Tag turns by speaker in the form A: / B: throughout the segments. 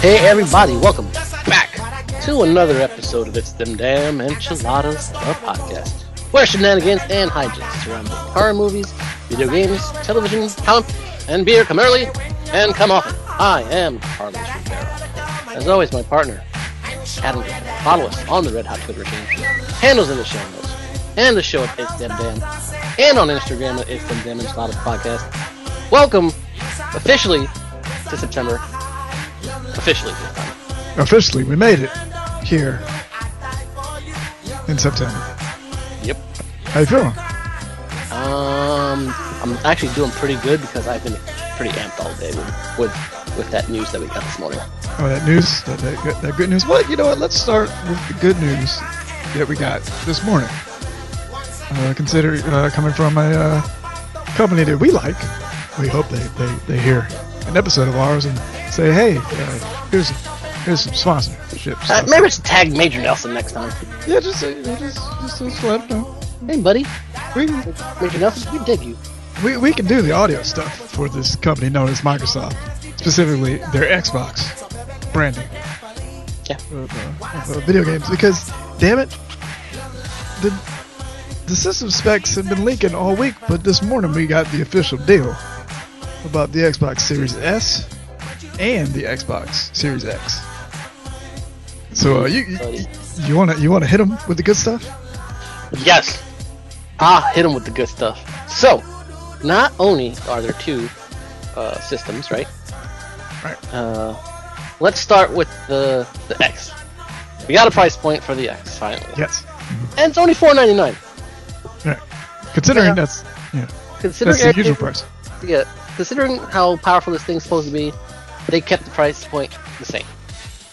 A: Hey everybody, welcome back to another episode of It's Them Damn Enchiladas, a podcast where shenanigans and hijinks surrounding horror movies, video games, television, count, and beer come early and come often. I am Carlos Rivera. As always, my partner, Adam Griffin. Follow us on the Red Hot Twitter account, handles in the show notes, and the show at It's Them Damn, and on Instagram at It's Them Damn Enchiladas Podcast. Welcome officially to September. Officially this time.
B: Officially, we made it here in September.
A: Yep.
B: How you feeling?
A: Um, I'm actually doing pretty good because I've been pretty amped all day with with, with that news that we got this morning. Uh,
B: Oh, that news, that, that, good- that good news. Well, you know what? Let's start with the good news that we got this morning. Uh, consider uh, coming from a uh, company that we like. We hope they, they, they hear an episode of ours and say, hey, uh, here's here's some sponsorship.
A: Uh,
B: stuff."
A: maybe it's tag Major Nelson next time.
B: Yeah, just, uh, just, just, just let 'em know.
A: Hey, buddy,
B: We,
A: Major Nelson, we dig you.
B: We, we can do the audio stuff for this company known as Microsoft, specifically their Xbox branding.
A: Yeah.
B: Of, uh, of, uh, video games, because damn it, the the system specs have been leaking all week, but this morning we got the official deal about the Xbox Series S and the Xbox Series X. So uh, you you- you wanna you wanna hit them with the good stuff?
A: Yes. Ah, hit him with the good stuff. So, not only are there two uh, systems, right?
B: Right.
A: Uh, let's start with the the X. We got a price point for the X finally,
B: Yes.
A: and it's only four ninety nine.
B: Right. Considering
A: Yeah.
B: that's yeah,
A: Considering
B: that's the
A: everything-
B: usual price.
A: yeah, considering how powerful this thing's supposed to be, they kept the price point the same,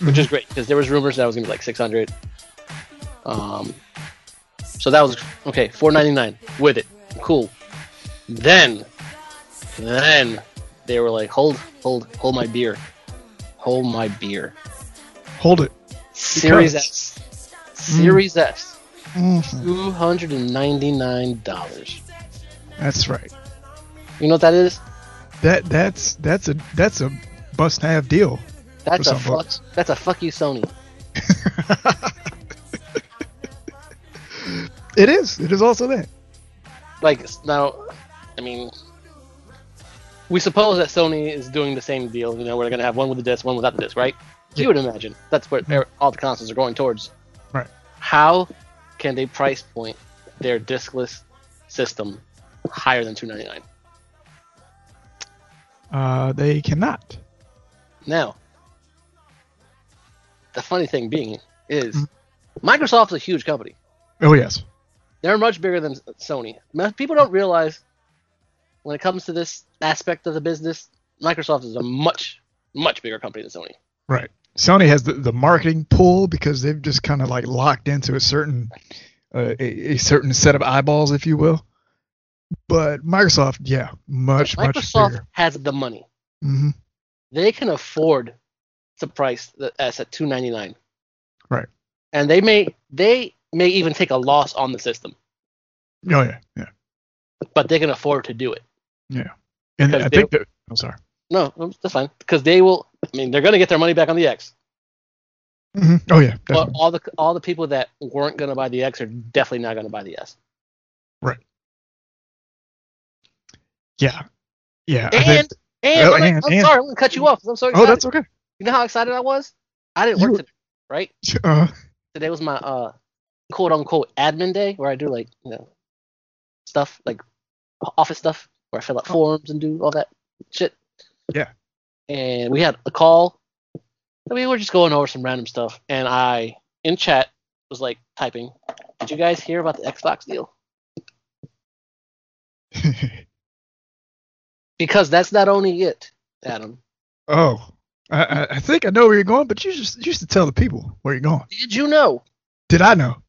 A: which
B: Mhm.
A: is great because there was rumors that it was gonna be like 600. Um, so that was okay, 499 with it, cool. Then, then they were like, hold, hold, hold my beer, hold my beer.
B: Hold it.
A: Series
B: Because-
A: S,
B: Mm. Mm-hmm.
A: Series S, two hundred and ninety nine dollars.
B: That's right.
A: You know what that is?
B: That that's that's a that's a must have deal.
A: That's
B: For
A: a
B: some
A: fuck.
B: bucks.
A: That's a fuck you, Sony.
B: It is. It is also that.
A: like s- now i mean we suppose that sony is doing the same deal you know we're going to have one with the disc one without the disc right you would imagine that's what
B: Yeah.
A: all the consoles are going towards
B: Right.
A: how can they price point their discless system higher than 299
B: Uh, they cannot.
A: now the funny thing being is microsoft's a huge company
B: Oh yes.
A: they're much bigger than Sony. Most People don't realize when it comes to this aspect of the business, Microsoft is a much, much bigger company than Sony.
B: Right. Sony has the, the marketing pull because they've just kind of like locked into a certain uh, a, a certain set of eyeballs, if you will. But Microsoft, yeah, much much
A: Microsoft
B: bigger.
A: has the money.
B: hmm
A: They can afford to price the S at two ninety nine.
B: Right.
A: And they may they may even take a loss on the system,
B: Oh yeah, yeah,
A: but they can afford to do it.
B: yeah. And
A: Because
B: I
A: they-
B: think that I'm sorry.
A: No, no, that's fine because they will. I mean, they're going to get their money back on the X.
B: hmm Oh yeah,
A: But
B: definitely.
A: all the all the people that weren't going to buy the X are definitely not going to buy the S.
B: yeah, yeah. I
A: And
B: think-
A: and,
B: Oh,
A: I'm, like-
B: and-
A: I'm
B: and-
A: sorry, I'm going to cut you off. I'm so
B: oh,
A: excited.
B: that's okay.
A: You know how excited I was? I didn't
B: You
A: work
B: were-
A: today, right?
B: Uh,
A: Today was my uh quote unquote admin day where I do like, you know, stuff like office stuff where I fill out forms and do all that shit.
B: Oh. Yeah.
A: And we had a call. and we were just going over some random stuff and I in chat was like typing, Did you guys hear about the Xbox deal?
B: Uh-huh.
A: Because that's not only it, Adam.
B: oh, I, I- I think I know where you're going, but you just you used to tell the people where you're going.
A: Did you know
B: Did I know?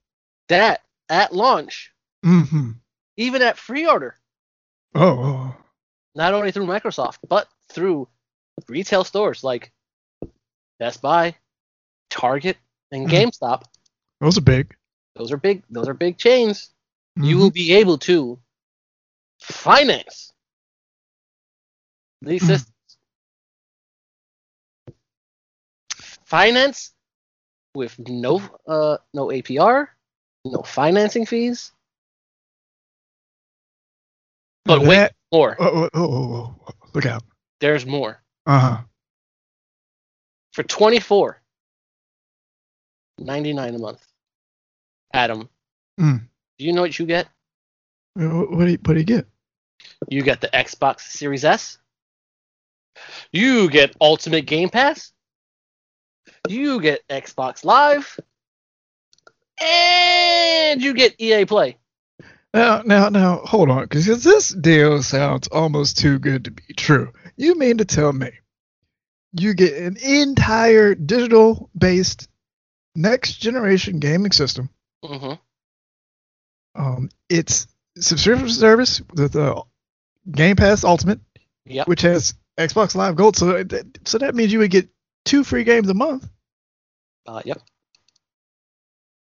A: that at launch,
B: Mm-hmm.
A: even at free order,
B: Oh, oh, oh.
A: not only through Microsoft, but through retail stores like Best Buy, Target, and
B: Mhm.
A: GameStop,
B: those are big.
A: those are big those are big chains.
B: Mm-hmm.
A: You will be able to finance these
B: Mhm.
A: systems. Finance with no uh, no APR, no financing fees. But
B: Now
A: wait,
B: that-
A: more.
B: Oh, oh, oh, oh, oh, look out!
A: There's more.
B: Uh huh.
A: for 24 99 a month adam
B: Mm.
A: do you know what you get
B: What, what do you, what do you get?
A: you get the xbox series s you get ultimate game pass you get xbox live and you get ea play
B: Now, now, now, hold on, because this deal sounds almost too good to be true. You mean to tell me you get an entire digital based next generation gaming system?
A: hmm
B: Um, it's subscription service with uh, Game Pass Ultimate,
A: Yep.
B: which has Xbox Live Gold. So, that, so that means you would get two free games a month,
A: Uh, yep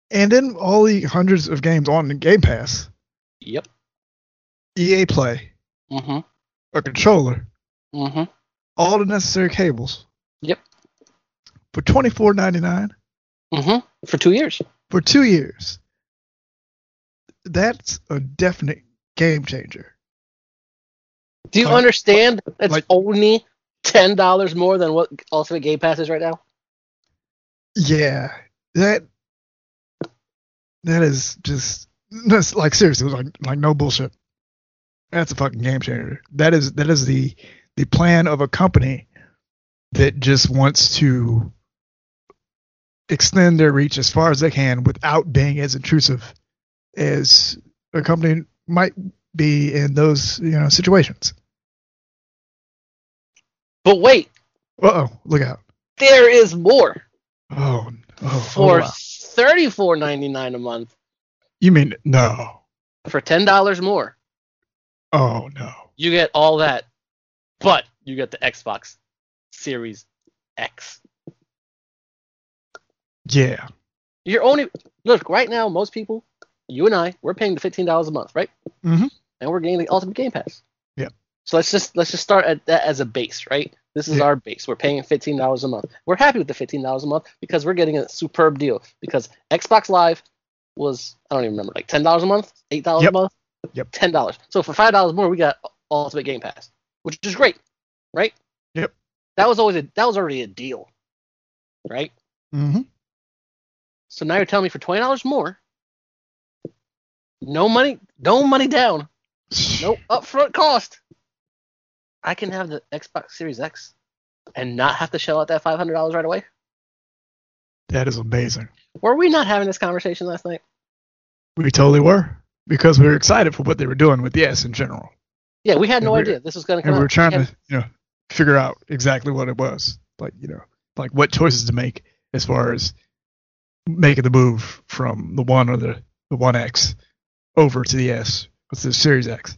B: and then all the hundreds of games on the Game Pass,
A: yep
B: EA Play,
A: hmm
B: a controller,
A: hmm
B: all the necessary cables.
A: Yep.
B: For twenty four ninety nine
A: hmm for two years
B: for two years. That's a definite game changer.
A: do you
B: Uh,
A: understand that's
B: like-
A: only $10 more than what ultimate game pass is right now
B: Yeah. That that is just that's like seriously like like no bullshit. That's a fucking game changer. That is that is the the plan of a company that just wants to extend their reach as far as they can without being as intrusive as a company might be in those you know situations.
A: but wait
B: Uh oh, look out!
A: there is more
B: Oh, oh,
A: for
B: oh, wow.
A: thirty four ninety nine a month
B: you mean no?
A: for ten dollars more.
B: Oh no!
A: You get all that, but you get the Xbox Series X.
B: Yeah,
A: You're only look right now. Most people, you and I, we're paying the fifteen dollars a month, right?
B: Mhm.
A: And we're getting the Ultimate Game Pass.
B: Yep.
A: So let's just let's just start at that as a base, right? This is
B: Yeah.
A: our base. We're paying fifteen dollars a month. We're happy with the fifteen dollars a month because we're getting a superb deal. Because Xbox Live was I don't even remember like ten dollars a month, eight dollars
B: Yep.
A: a month.
B: Yep.
A: Ten dollars. So for five dollars more, we got Ultimate Game Pass, which is great, right?
B: Yep.
A: That was always a that was already a deal, right?
B: mm-hmm.
A: So now you're telling me for twenty dollars more, no money, no money down, no upfront cost, I can have the Xbox Series X and not have to shell out that five hundred dollars right away.
B: that is amazing.
A: Were we not having this conversation last night?
B: We totally were because we were excited for what they were doing with the S in general,
A: Yeah, we had
B: And
A: no
B: we're-
A: idea this was going to
B: and
A: come.
B: we
A: out.
B: were trying
A: had-
B: to you know figure out exactly what it was, like you know, like what choices to make as far as making the move from the one or the the one X over to the S with the Series X.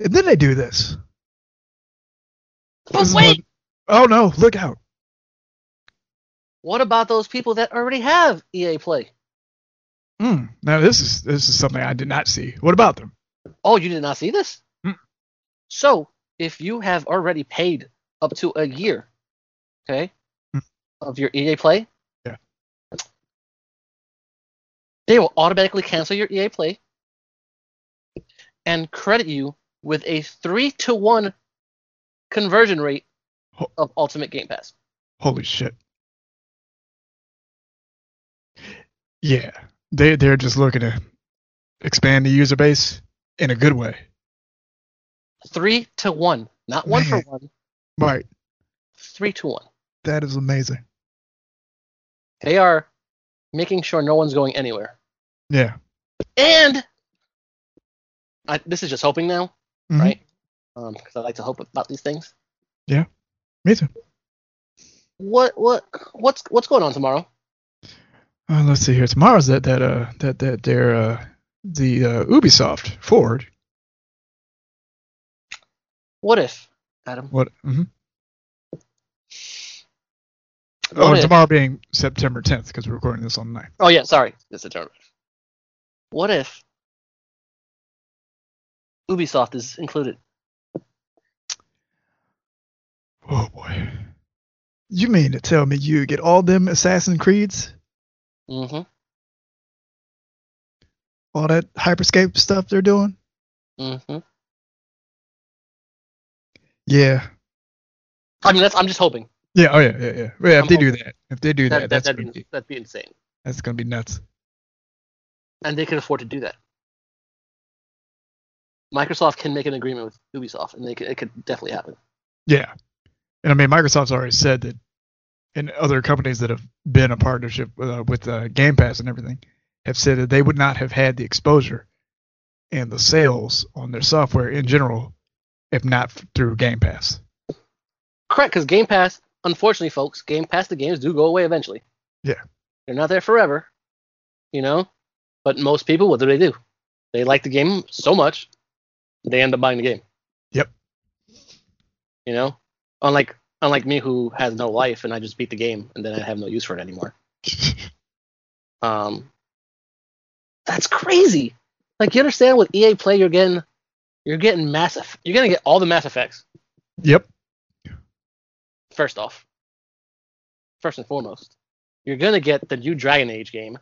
B: And then they do this.
A: But
B: This is
A: wait,
B: what- oh no! Look out!
A: what about those people that already have EA Play?
B: Hmm. Now this is this is something I did not see. What about them?
A: Oh, you did not see this?
B: Mm.
A: So, if you have already paid up to a year, okay,
B: Mm.
A: of your EA Play,
B: Yeah.
A: they will automatically cancel your EA Play and credit you with a three to one conversion rate
B: Ho-
A: of Ultimate Game Pass.
B: Holy shit! Yeah, they they're just looking to expand the user base in a good way.
A: Three to one, not one
B: Man.
A: for one,
B: Right.
A: three to one.
B: That is amazing.
A: They are making sure no one's going anywhere.
B: Yeah.
A: And I, this is just hoping now,
B: Mhm.
A: right? Um, because I like to hope about these things.
B: Me too.
A: What what what's what's going on tomorrow?
B: Uh, let's see here. Tomorrow's that that uh that that their uh the uh, Ubisoft Forward.
A: What if, Adam?
B: What? hmm
A: What
B: Oh,
A: if-
B: tomorrow being September 10th because we're recording this on the 9th.
A: Oh yeah, sorry, it's a term. What if Ubisoft is included?
B: Oh boy. You mean to tell me you get all them Assassin Creeds,
A: Mm-hmm.
B: all that hyperscape stuff they're doing?
A: Mm-hmm.
B: Yeah.
A: I mean, that's I'm just hoping.
B: Yeah. Oh yeah. Yeah. Yeah. Well, yeah,
A: I'm
B: if they do that, if they do that,
A: That, that,
B: that's
A: that'd,
B: gonna
A: be,
B: be,
A: that'd be insane,
B: that's gonna be nuts.
A: and they can afford to do that. Microsoft can make an agreement with Ubisoft, and they could, it could definitely happen.
B: Yeah. And I mean, Microsoft's already said that, and other companies that have been a partnership uh, with uh, Game Pass and everything have said that they would not have had the exposure and the sales on their software in general if not f- through Game Pass.
A: Correct, because Game Pass, unfortunately, folks, Game Pass the games do go away eventually.
B: Yeah.
A: They're not there forever, you know. But most people, what do they do? They like the game so much, they end up buying the game.
B: Yep.
A: You know, unlike unlike me who has no life and I just beat the game and then I have no use for it anymore. Um, that's crazy. Like you understand with EA Play, you're getting you're getting Mass Eff- You're gonna get all the Mass Effects
B: Yep.
A: first off, first and foremost, you're gonna get the new Dragon Age game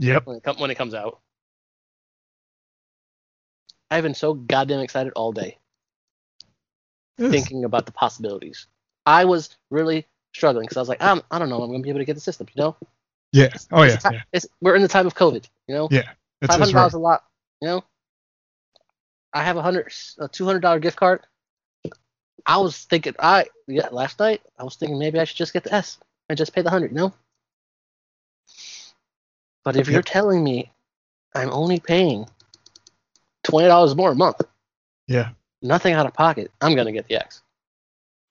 B: Yep.
A: when it, com- when it comes out. I've been so goddamn excited all day
B: Yes.
A: thinking about the possibilities. I was really struggling because I was like, I'm, I don't know, I'm gonna be able to get the system. You know,
B: Yeah. Oh yeah.
A: It's ti-
B: Yeah.
A: it's, we're in the time of COVID. You know,
B: Yeah. That's,
A: five
B: that's
A: hundred
B: right.
A: dollars a lot. You know, I have a hundred, a two hundred dollar gift card. I was thinking, I yeah, last night I was thinking maybe I should just get the S and just pay the hundred. You know, but if you're
B: Yep.
A: telling me I'm only paying twenty dollars more a month,
B: Yeah.
A: nothing out of pocket, I'm gonna get the X.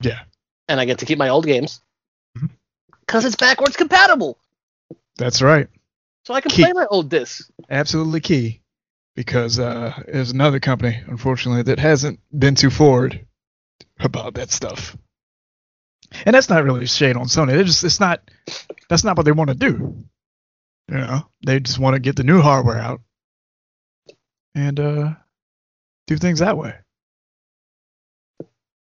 B: Yeah.
A: and I get to keep my old games
B: Mhm.
A: because it's backwards compatible,
B: That's right.
A: so I can
B: Keep-
A: play my old discs.
B: absolutely key because uh, there's another company, unfortunately, that hasn't been too forward about that stuff. And that's not really shade on Sony. They just it's not that's not what they want to do. You know, they just want to get the new hardware out and uh, do things that way.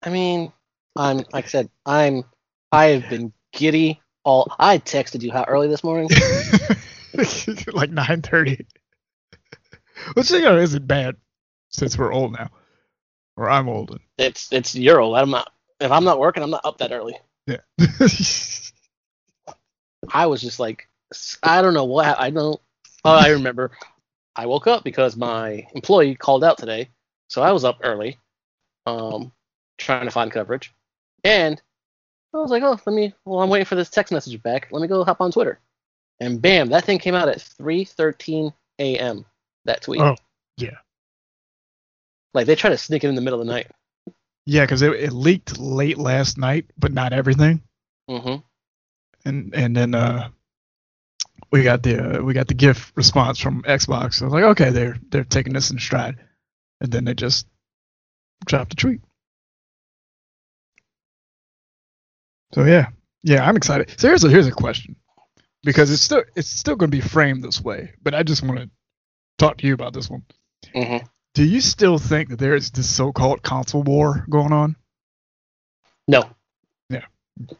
A: I mean, I'm like I said, I'm I have been giddy all. I texted you how early this morning.
B: like nine thirty, which you know isn't bad since we're old now, or I'm old.
A: It's it's Euro. I'm not if I'm not working, I'm not up that early.
B: Yeah.
A: I was just like s- I don't know what hap- I don't. Oh, I remember. I woke up because my employee called out today, so I was up early, um, trying to find coverage, and I was like, oh, let me. Well, I'm waiting for this text message back. Let me go hop on Twitter, and bam, that thing came out at 3:13 a.m. That tweet.
B: Oh, yeah.
A: Like they try to sneak it in the middle of the night.
B: Yeah, because it, it leaked late last night, but not everything.
A: hmm
B: And and then uh, we got the uh, we got the GIF response from Xbox. I was like, okay, they're they're taking this in stride, and then they just dropped a tweet. So yeah, yeah, I'm excited. So here's a here's a question, because it's still it's still going to be framed this way, but I just want to talk to you about this one.
A: hmm
B: Do you still think that there is this so-called console war going on?
A: No.
B: Yeah.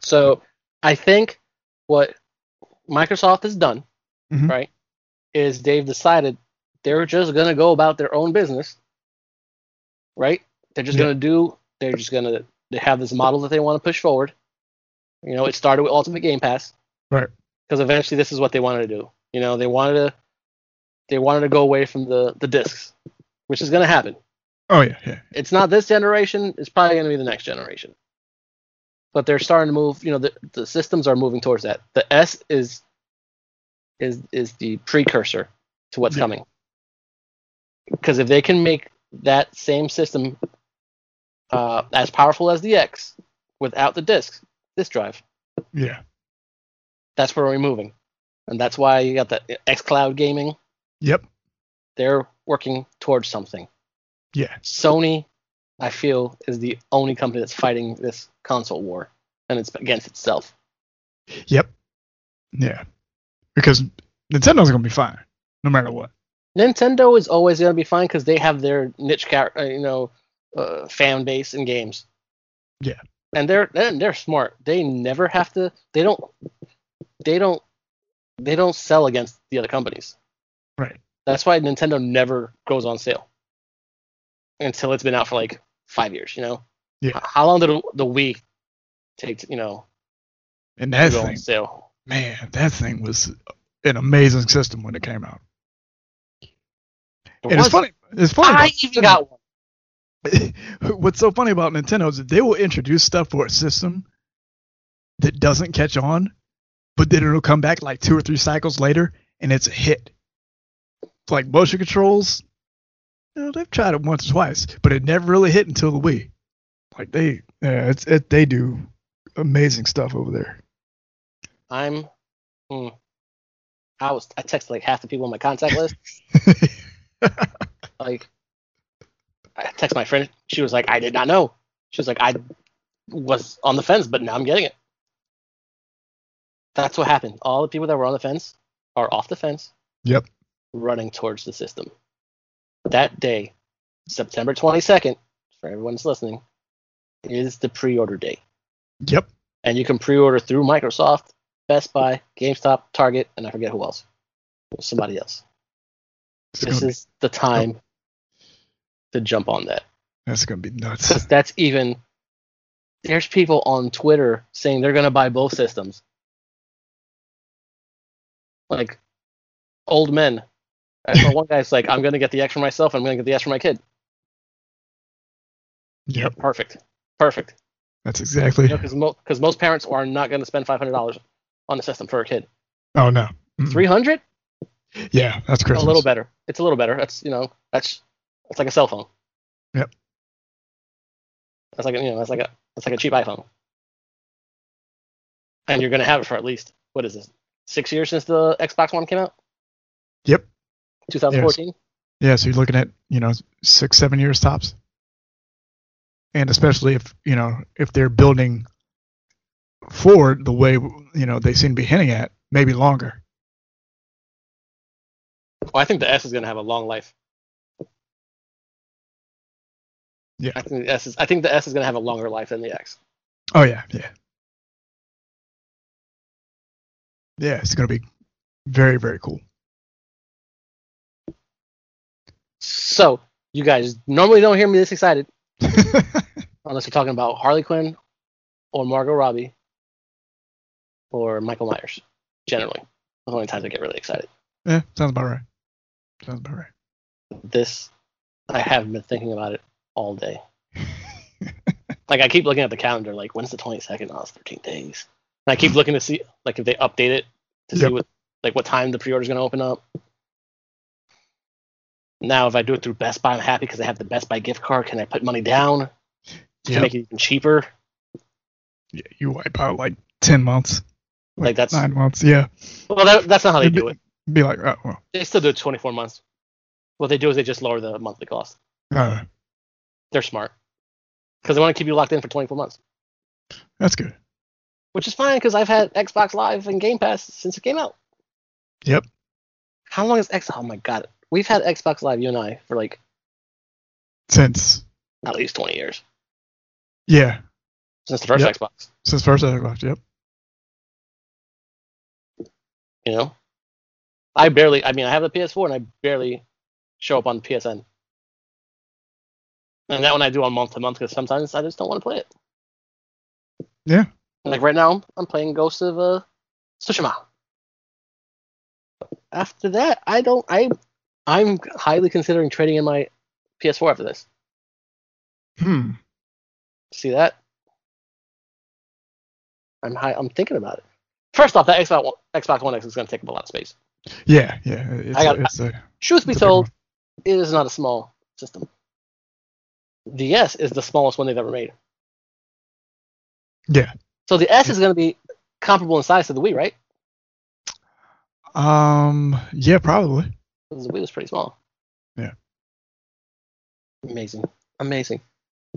A: So I think what Microsoft has done,
B: Mhm.
A: right, is they've decided they're just gonna go about their own business. Right? They're just
B: Yeah.
A: gonna do they're just gonna they have this model that they want to push forward. You know, it started with Ultimate Game Pass.
B: Right.
A: Because eventually this is what they wanted to do. You know, they wanted to they wanted to go away from the the discs, which is gonna happen
B: Oh yeah, yeah.
A: it's not this generation. It's probably going to be the next generation. But they're starting to move. You know, the, the systems are moving towards that. The S is is is the precursor to what's
B: Yeah.
A: coming. Because if they can make that same system uh, as powerful as the X without the disc disk drive.
B: Yeah.
A: That's where we're moving, and that's why you got the X Cloud Gaming.
B: Yep.
A: They're working towards something.
B: Yeah.
A: Sony, I feel, is the only company that's fighting this console war, and it's against itself.
B: Yep. Yeah. Because Nintendo's gonna be fine, no matter what.
A: Nintendo is always going to be fine because they have their niche, char- uh, you know, uh, fan base in games.
B: Yeah.
A: and they're they're they're smart. They never have to. They don't. They don't. They don't sell against the other companies.
B: Right.
A: That's why Nintendo never goes on sale until it's been out for like five years. You know.
B: Yeah.
A: H- How long did the Wii take? To, you know,
B: And
A: to
B: that
A: go
B: thing,
A: on sale?
B: man, that thing was an amazing system when it came out.
A: It
B: And
A: wasn't.
B: it's funny. It's funny.
A: I
B: about
A: even got one.
B: Nintendo. What's so funny about Nintendo is that they will introduce stuff for a system that doesn't catch on, but then it'll come back like two or three cycles later, and it's a hit. Like motion controls, you know, they've tried it once or twice, but it never really hit until the Wii. Like they, yeah, it's it, they do amazing stuff over there.
A: I'm. Hmm, I was. I texted like half the people on my contact list. like I text my friend. She was like, I did not know. She was like, I was on the fence, but now I'm getting it. That's what happened. All the people that were on the fence are off the fence.
B: Yep.
A: Running towards the system. That day, September 22nd, for everyone that's listening, is the pre-order day,
B: yep.
A: and you can pre-order through Microsoft, Best Buy, GameStop, Target, and I forget who else. Somebody else.
B: It's
A: This
B: gonna be,
A: is the time to jump on that.
B: that's gonna be nuts.
A: because that's even there's people on Twitter saying they're gonna buy both systems. Like old men. I saw one guy's like, I'm gonna get the X for myself, I'm gonna get the S for my kid.
B: Yep.
A: Perfect. Perfect.
B: That's exactly.
A: Because most parents are not gonna spend five hundred dollars on a system for a kid.
B: Oh no. Mm.
A: Three hundred?
B: Yeah, that's
A: A
B: Christmas.
A: little better. It's a little better. That's you know, that's that's like a cell phone.
B: Yep.
A: That's like a, you know, that's like a that's like a cheap iPhone. And you're gonna have it for at least what is this? Six years since the Xbox One came out?
B: Yep.
A: 2014.
B: Yeah, so you're looking at you know six, seven years tops, and especially if you know if they're building forward the way you know they seem to be hinting at, maybe longer.
A: Well, I think the S is gonna have a long life.
B: Yeah.
A: I think the S is I think the S is gonna have a longer life than the X.
B: Oh yeah, yeah, yeah. It's gonna be very, very cool.
A: So you guys normally don't hear me this excited unless you're talking about Harley Quinn or Margot Robbie or Michael Myers. Generally, the only times I get really excited.
B: yeah, sounds about right. Sounds about right.
A: This, I have been thinking about it all day. like I keep looking at the calendar, like when's the 22nd? Oh, it's 13 days. And I keep looking to see, like, if they update it to see
B: Yep.
A: what, like, what time the pre-order is going to open up. Now, if I do it through Best Buy, I'm happy because I have the Best Buy gift card. Can I put money down to
B: Yep.
A: make it even cheaper?
B: Yeah, you wipe out like ten months,
A: Like that's
B: nine months. Yeah,
A: well, that, that's not how they
B: It'd
A: do it.
B: be like, oh well,
A: They still do it 24 months. What they do is they just lower the monthly cost.
B: uh,
A: They're smart because they want to keep you locked in for 24 months,
B: that's good.
A: which is fine because I've had Xbox Live and Game Pass since it came out.
B: Yep.
A: How long is X? Oh my god, we've had Xbox Live, you and I, for like
B: Since
A: at least 20 years
B: yeah,
A: since the first
B: Yep.
A: Xbox.
B: since first Xbox. Yep.
A: You know, I barely. I mean, I have the PS4 and I barely show up on PSN. And that one I do on month to month because sometimes I just don't want to play it.
B: Yeah.
A: Like right now, I'm playing Ghost of uh, Tsushima. After that, I don't. I I'm highly considering trading in my PS4 after this.
B: Hmm.
A: See that? I'm high, I'm thinking about it. First off, that Xbox One, Xbox One X is going to take up a lot of space.
B: Yeah, yeah. It's,
A: I got-
B: it's a,
A: Truth be
B: It's a big
A: told, it is not a small system. DS is the smallest one they've ever made.
B: Yeah.
A: So the S is going to be comparable in size to the Wii, right?
B: Um. Yeah, probably.
A: 'Cause the Wii was pretty small.
B: Yeah.
A: Amazing. Amazing.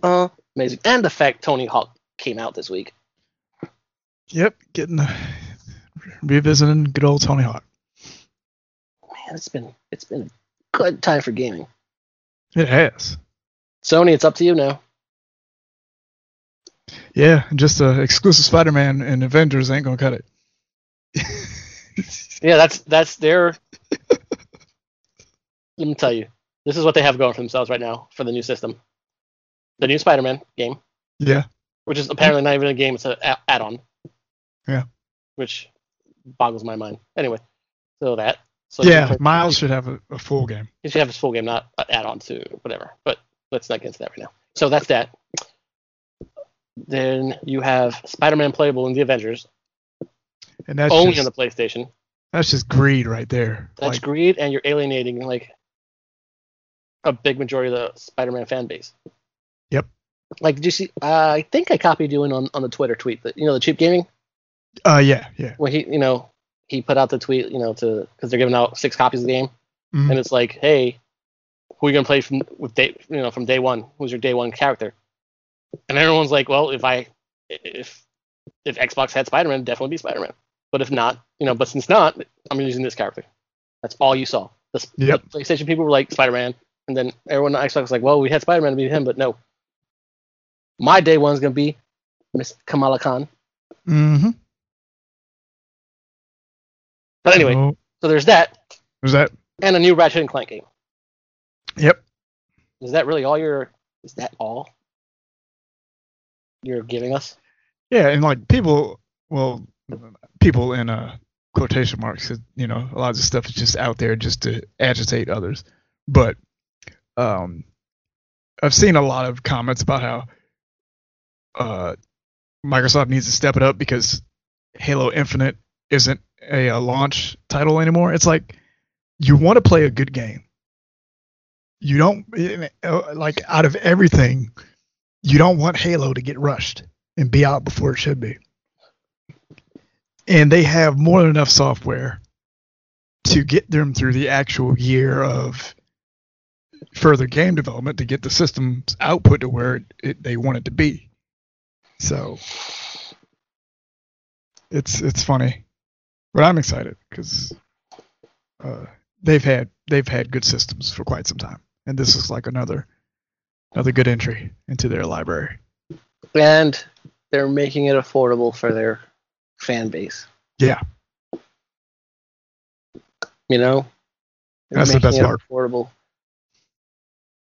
A: Uh, amazing. And the fact Tony Hawk came out this week.
B: Yep. Getting revisiting good old Tony Hawk.
A: Man, it's been it's been a good time for gaming.
B: It has.
A: Sony, it's up to you now.
B: Yeah. and Just uh, exclusive Spider-Man and Avengers ain't gonna cut it.
A: Yeah, that's that's their. Let me tell you, this is what they have going for themselves right now for the new system, the new Spider-Man game,
B: Yeah.
A: which is apparently not even a game; it's an a- add-on.
B: Yeah.
A: Which boggles my mind. Anyway, so that. So you
B: yeah.
A: can-
B: Miles should have a, a full game.
A: He should have his full game, not an add-on to whatever. But let's not get into that right now. So that's that. Then you have Spider-Man playable in the Avengers,
B: And that's
A: only on
B: just,
A: Oh, the PlayStation.
B: that's just greed right there.
A: That's
B: like,
A: greed, and you're alienating like a big majority of the Spider-Man fan base.
B: Yep.
A: Like, did you see? uh, I think I copied you in on, on the Twitter tweet that you know the cheap gaming
B: uh, yeah, yeah.
A: where he you know he put out the tweet you know to because they're giving out six copies of the game
B: Mhm.
A: and it's like hey who are you gonna play from with day you know from day one who's your day one character and everyone's like well if I if if Xbox had Spider-Man it'd definitely be Spider-Man but if not you know but since not I'm using this character that's all you saw the, s-
B: Yep.
A: the PlayStation people were like Spider-Man and then everyone on Xbox was like well we had Spider-Man to be him but no my day one's gonna be Miss Kamala Khan
B: Mm-hmm.
A: but anyway
B: Oh.
A: so there's that
B: was that?
A: and a new Ratchet and Clank game.
B: Yep.
A: Is that really all you're? Is that all you're giving us?
B: Yeah, and like people, well, people in uh, quotation marks, 'cause, you know, a lot of this stuff is just out there just to agitate others. But um, I've seen a lot of comments about how uh, Microsoft needs to step it up because Halo Infinite isn't a, uh launch title anymore. It's like you want to play a good game. You don't eh, like out of everything, you don't want Halo to get rushed and be out before it should be. And they have more than enough software to get them through the actual year of further game development to get the system's output to where it, it, they want it to be. So it's it's funny, but I'm excited because uh, they've had they've had good systems for quite some time, and this is like another another good entry into their library.
A: And they're making it affordable for their fan base.
B: Yeah.
A: You know. They're
B: That's the
A: making
B: best
A: it
B: part.
A: Affordable.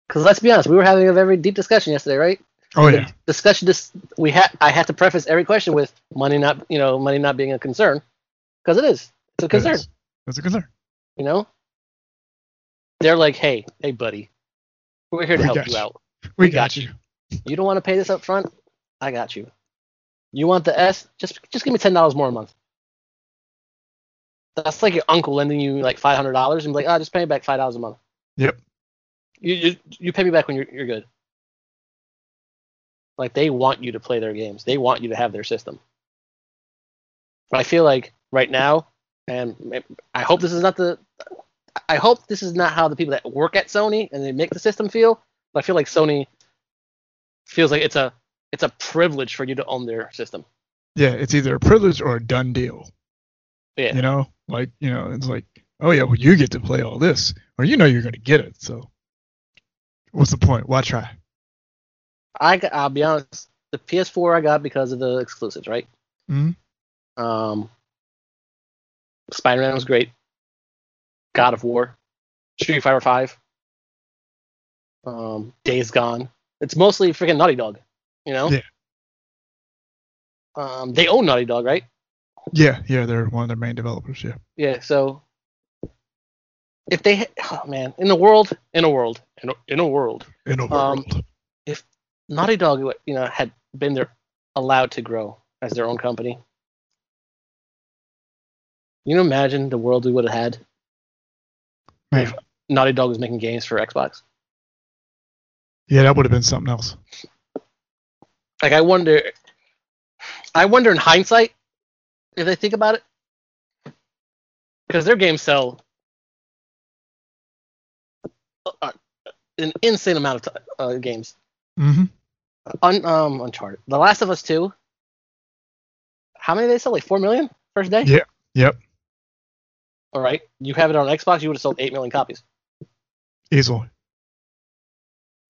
A: Because let's be honest, we were having a very deep discussion yesterday, right?
B: Oh
A: The
B: yeah,
A: discussion this we had. I had to preface every question with money not, you know, money not being a concern, because it is. It's a concern.
B: That's, that's a concern.
A: You know? They're like, hey, hey, buddy, we're here to
B: We
A: help
B: got
A: you
B: you.
A: out.
B: We,
A: got
B: got you.
A: You don't want to pay this up front? I got you. You want the S? Just just give me ten dollars more a month. That's like your uncle lending you like five hundred dollars and be like, oh, just pay me back five dollars a month.
B: Yep.
A: You, you you pay me back when you're you're good. Like they want you to play their games. They want you to have their system. But I feel like right now, and I hope this is not the, I hope this is not how the people that work at Sony and they make the system feel. But I feel like Sony feels like it's a it's a privilege for you to own their system.
B: Yeah, it's either a privilege or a done deal.
A: Yeah.
B: You know, like you know, it's like, oh yeah, well you get to play all this, or you know you're gonna get it. So, what's the point? Why try?
A: I g- I'll be honest, the PS4 I got because of the exclusives, right?
B: Mhm.
A: Um, Spider-Man was great. God of War, Street Fighter Five, um, Days Gone. It's mostly freaking Naughty Dog, you know.
B: Yeah.
A: Um, they own Naughty Dog, right?
B: Yeah, yeah, they're one of their main developers. Yeah,
A: Yeah. So if they, ha- oh man, in the world, in a world, in a, in a world,
B: in a
A: Um,
B: world.
A: Naughty Dog, you know, had been there allowed to grow as their own company. You know, imagine the world we would have had.
B: Man.
A: Naughty Dog was making games for Xbox.
B: Yeah, that would have been something else.
A: Like I wonder, I wonder in hindsight if they think about it, because their games sell uh, an insane amount of t- uh, games.
B: Mm-hmm.
A: Un, um, Uncharted, The Last of Us Two. How many did they sell? Like four million first day.
B: Yeah, yep.
A: All right, you have it on Xbox. You would have sold eight million copies.
B: Easily.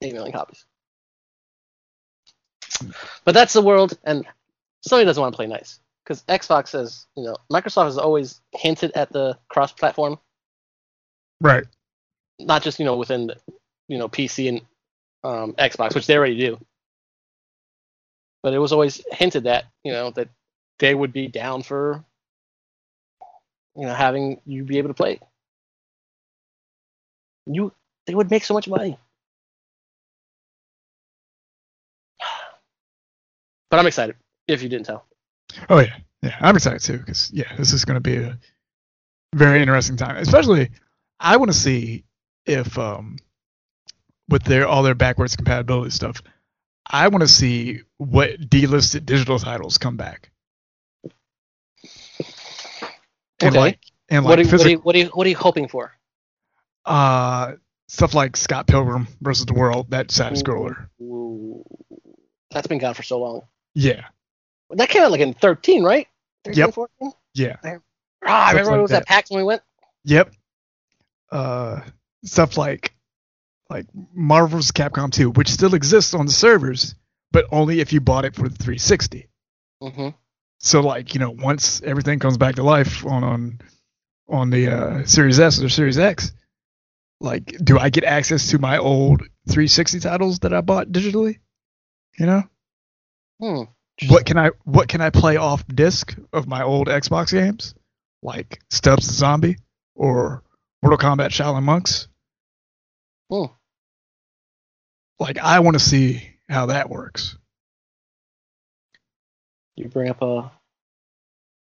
A: Eight million copies. But that's the world, and Sony doesn't want to play nice because Xbox says, you know, Microsoft has always hinted at the cross-platform,
B: Right.
A: not just you know within, the, you know, PC and um, Xbox, which they already do. But it was always hinted that you know that they would be down for, you know, having you be able to play. it. You, they would make so much money. But I'm excited. If you didn't tell.
B: Oh yeah, yeah. I'm excited too because yeah, this is going to be a very interesting time. Especially, I want to see if um with their all their backwards compatibility stuff. I want to see what delisted digital titles come back. And
A: Okay.
B: like and
A: what, are, what,
B: like
A: are
B: physic-
A: you, what, are you, what are you hoping for?
B: uh stuff like Scott Pilgrim versus the World, that side scroller.
A: Ooh, that's been gone for so long.
B: Yeah,
A: That came out like in 13, right? 13,
B: Yep.
A: 14?
B: yeah.
A: Ah, I
B: Something
A: remember when it
B: like
A: was at PAX when we went.
B: Yep. Uh, stuff like like Marvel's Capcom 2, which still exists on the servers, but only if you bought it for the 360.
A: hmm
B: So like you know, once everything comes back to life on on on the uh, Series S or Series X, like do I get access to my old 360 titles that I bought digitally? You know,
A: Hmm.
B: what can I what can I play off disc of my old Xbox games, like Stubbs the Zombie or Mortal Kombat Shaolin Monks?
A: Hmm.
B: Like I want to see how that works.
A: You bring up a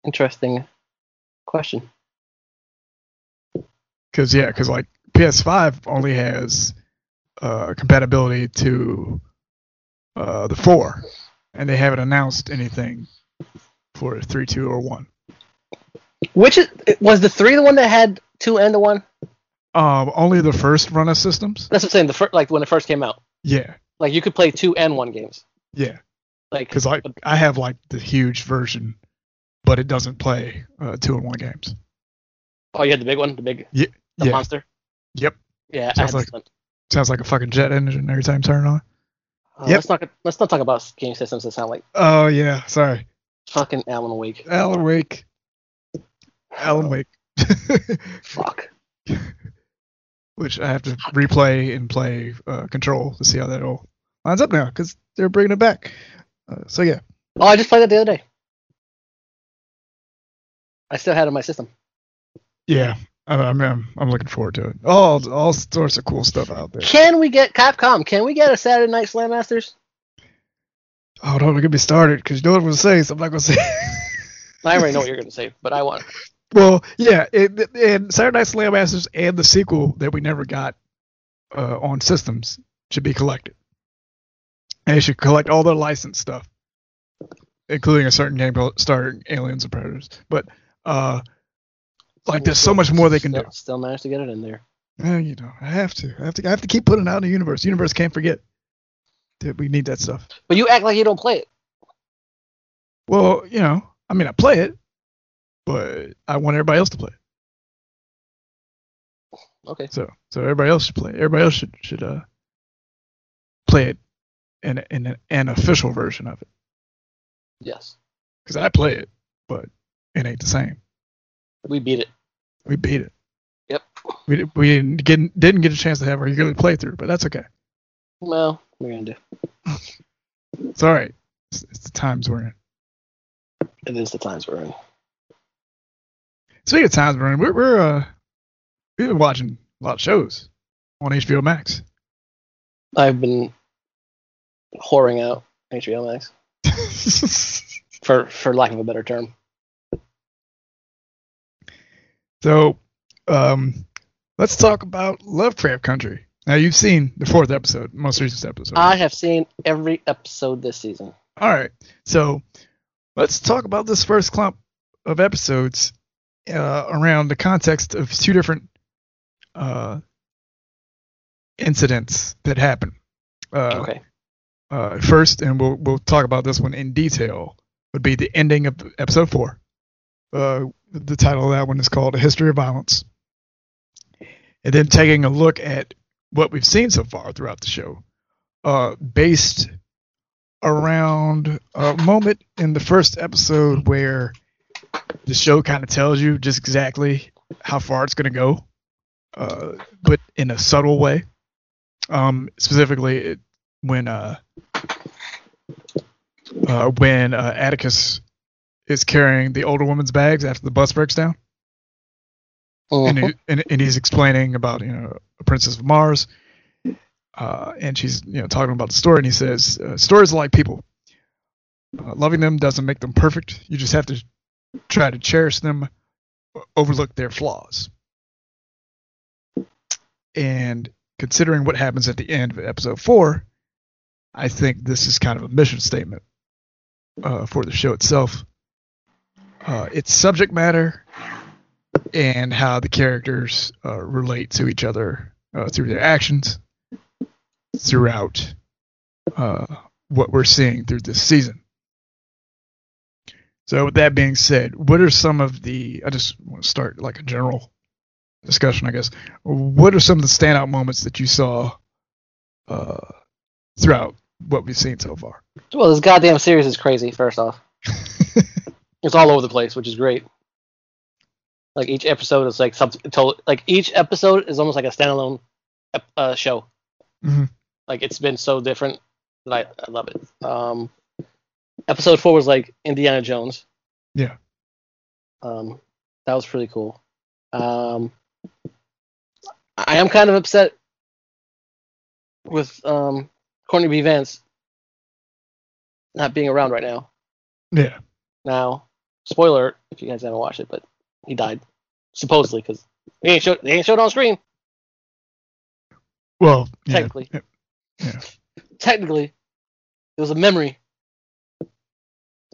A: interesting question.
B: Because yeah, because like PS5 only has uh, compatibility to uh, the four, and they haven't announced anything for three, two, or one.
A: Which is, was the three the one that had two and the one?
B: Um, only the first run of systems.
A: That's what I'm saying. The fir- like when it first came out,
B: Yeah,
A: like you could play two and one games.
B: yeah.
A: Like
B: Because like I have like the huge version, but it doesn't play uh, two in one games.
A: oh, you had the big one, the big
B: Yeah,
A: the
B: yeah.
A: monster.
B: Yep.
A: Yeah, I
B: Sounds
A: had this
B: like-
A: one.
B: Sounds like a fucking jet engine every time you turn it on.
A: Uh,
B: Yep.
A: Let's not let's not talk about game systems that sound like
B: Oh yeah, sorry.
A: fucking Alan Wake.
B: Alan Wake. Alan Wake.
A: Fuck.
B: Which I have to replay and play uh, Control to see how that all lines up now because they're bringing it back. Uh, so yeah,
A: Oh, I just played that the other day. I still had it on my system.
B: yeah. I, I'm, I'm I'm looking forward to it. All all sorts of cool stuff out there.
A: Can we get Capcom? Can we get a Saturday Night Slam Masters?
B: Oh, don't get me started because you know what I'm gonna say. So I'm not gonna say.
A: I already know what you're going to say, but I want.
B: Well, yeah, it, it- and Saturday Night Slam Masters and the sequel that we never got uh, on systems should be collected. And they should collect all their licensed stuff, including a certain game called starring Aliens and Predators. But uh, like, there's so much more they can do.
A: Still- Still managed to get it in there.
B: Eh, you know, I have to, I have to, I have to keep putting it out in the universe. The universe can't forget that we need that stuff.
A: But you act like you don't play it.
B: Well, you know, I mean, I play it, but I want everybody else to play. it.
A: Okay.
B: So so everybody else should play. Everybody else should should uh play it in in an, an official version of it
A: Yes.
B: because I play it, but it ain't the same.
A: We beat it.
B: We beat it.
A: Yep.
B: We di- we didn't get didn't get a chance to have our yearly playthrough, but that's okay.
A: Well, we're going to do.
B: It's all right. It's, it's the times we're in.
A: It is the times we're in.
B: Speaking of times we're in, we're, we're uh we've been watching a lot of shows on HBO Max.
A: I've been whoring out HBO Max, for, for lack of a better term.
B: so um let's talk about Lovecraft Country. Now you've seen the fourth episode, most recent episode.
A: I have seen every episode this season.
B: All right, so let's talk about this first clump of episodes uh, around the context of two different uh, incidents that happened. Uh,
A: okay.
B: uh, first, and we'll we'll talk about this one in detail, would be the ending of episode four. Uh, the title of that one is called "A History of Violence," and then taking a look at what we've seen so far throughout the show, uh, based around a moment in the first episode where the show kind of tells you just exactly how far it's going to go, uh, but in a subtle way. Um, specifically, it, when uh, uh, when uh, Atticus is carrying the older woman's bags after the bus breaks down, and,
A: Mhm.
B: he, and, and he's explaining about you know a princess of Mars, uh, and she's you know talking about the story, and he says uh, stories are like people. Uh, loving them doesn't make them perfect. You just have to try to cherish them, o- overlook their flaws. And considering what happens at the end of episode four, I think this is kind of a mission statement uh, for the show itself. Uh, its subject matter and how the characters uh, relate to each other uh, through their actions throughout uh, what we're seeing through this season. So, with that being said, what are some of the? I just want to start like a general discussion, I guess. What are some of the standout moments that you saw uh, throughout what we've seen so far?
A: Well, this goddamn series is crazy. First off, it's all over the place, which is great. Like each episode is like sub told, like each episode is almost like a standalone ep- uh, show.
B: Mhm.
A: Like it's been so different that I, I love it. Um, episode four was like Indiana Jones.
B: Yeah.
A: Um, that was pretty cool. Um, I am kind of upset with um Courtney B. Vance not being around right now
B: yeah,
A: now. Spoiler, if you guys haven't watched it, but he died supposedly because they ain't showed they ain't showed on screen
B: well, yeah,
A: technically.
B: yeah, yeah.
A: Technically, it was a memory.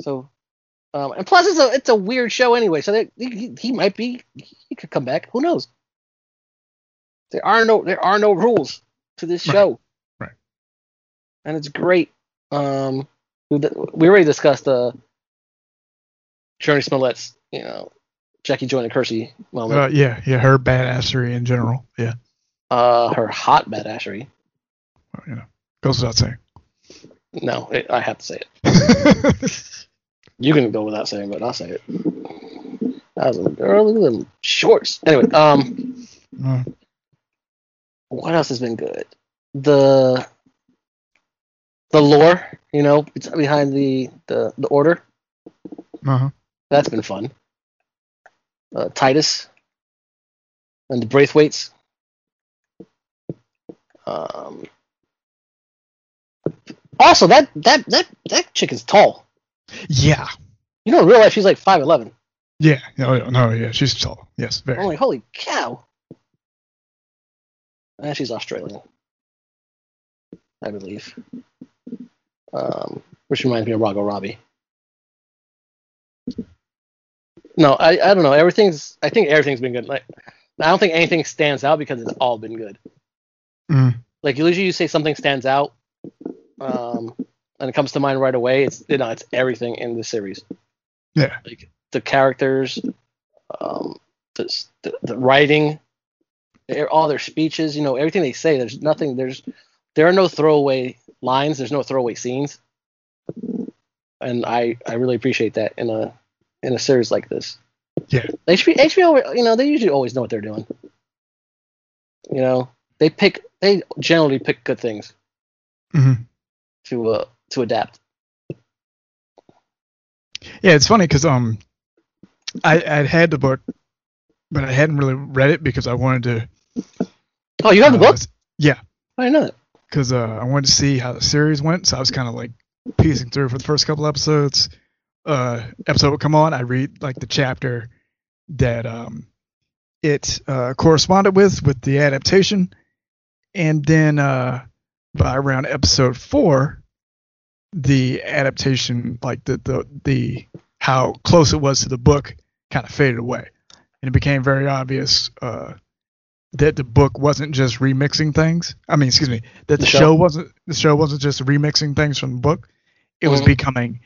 A: So, um, and plus it's a it's a weird show anyway. So they, he he might be he could come back. Who knows? There are no there are no rules to this
B: Right.
A: show.
B: Right.
A: And it's great. Um, we, we already discussed uh, Journey Smollett's you know Jackie Joyner Kersey moment.
B: uh, yeah, yeah, her badassery in general, yeah,
A: Uh, her hot badassery.
B: you know, goes without saying.
A: No, it, I have to say it. You can go without saying, but I'll say it. That was a girl. Look at them shorts. Anyway, um,
B: Uh,
A: what else has been good? The the lore, you know, it's behind the the the order.
B: uh-huh.
A: That's been fun. Uh, Titus and the Braithwaites. Um. Also, that that that that chick is tall.
B: Yeah,
A: You know, in real life, she's like five eleven.
B: yeah, no, no, no, yeah, she's tall. Yes, very.
A: I'm like, holy cow. And she's Australian, I believe. Um, which reminds me of Rago Robbie. No, I, I don't know. Everything's I think everything's been good. Like I don't think anything stands out because it's all been good.
B: Mm.
A: Like usually you say something stands out, um, and it comes to mind right away. It's you know, it's everything in the series.
B: Yeah.
A: Like the characters, um, the, the, the writing, their- all their speeches, you know, everything they say. There's nothing. There's there are no throwaway lines. There's no throwaway scenes, and I I really appreciate that in a in a series like this.
B: Yeah.
A: HBO, HBO, you know, they usually always know what they're doing. You know, they pick they generally pick good things
B: hmm
A: to uh to adapt.
B: Yeah, it's funny because um, I I had the book, but I hadn't really read it because I wanted to.
A: Oh, you have the
B: uh,
A: book?
B: s- yeah,
A: I didn't know that.
B: because uh, I wanted to see how the series went, so I was kind of like piecing through for the first couple episodes. Uh, episode would come on, I read like the chapter that um, it uh, corresponded with with the adaptation, and then uh, by around episode four, the adaptation, like the the the how close it was to the book, kind of faded away, and it became very obvious uh, that the book wasn't just remixing things. I mean, excuse me, that
A: The
B: the,
A: show.
B: show. wasn't the show wasn't just remixing things from the book. It was
A: Mhm.
B: becoming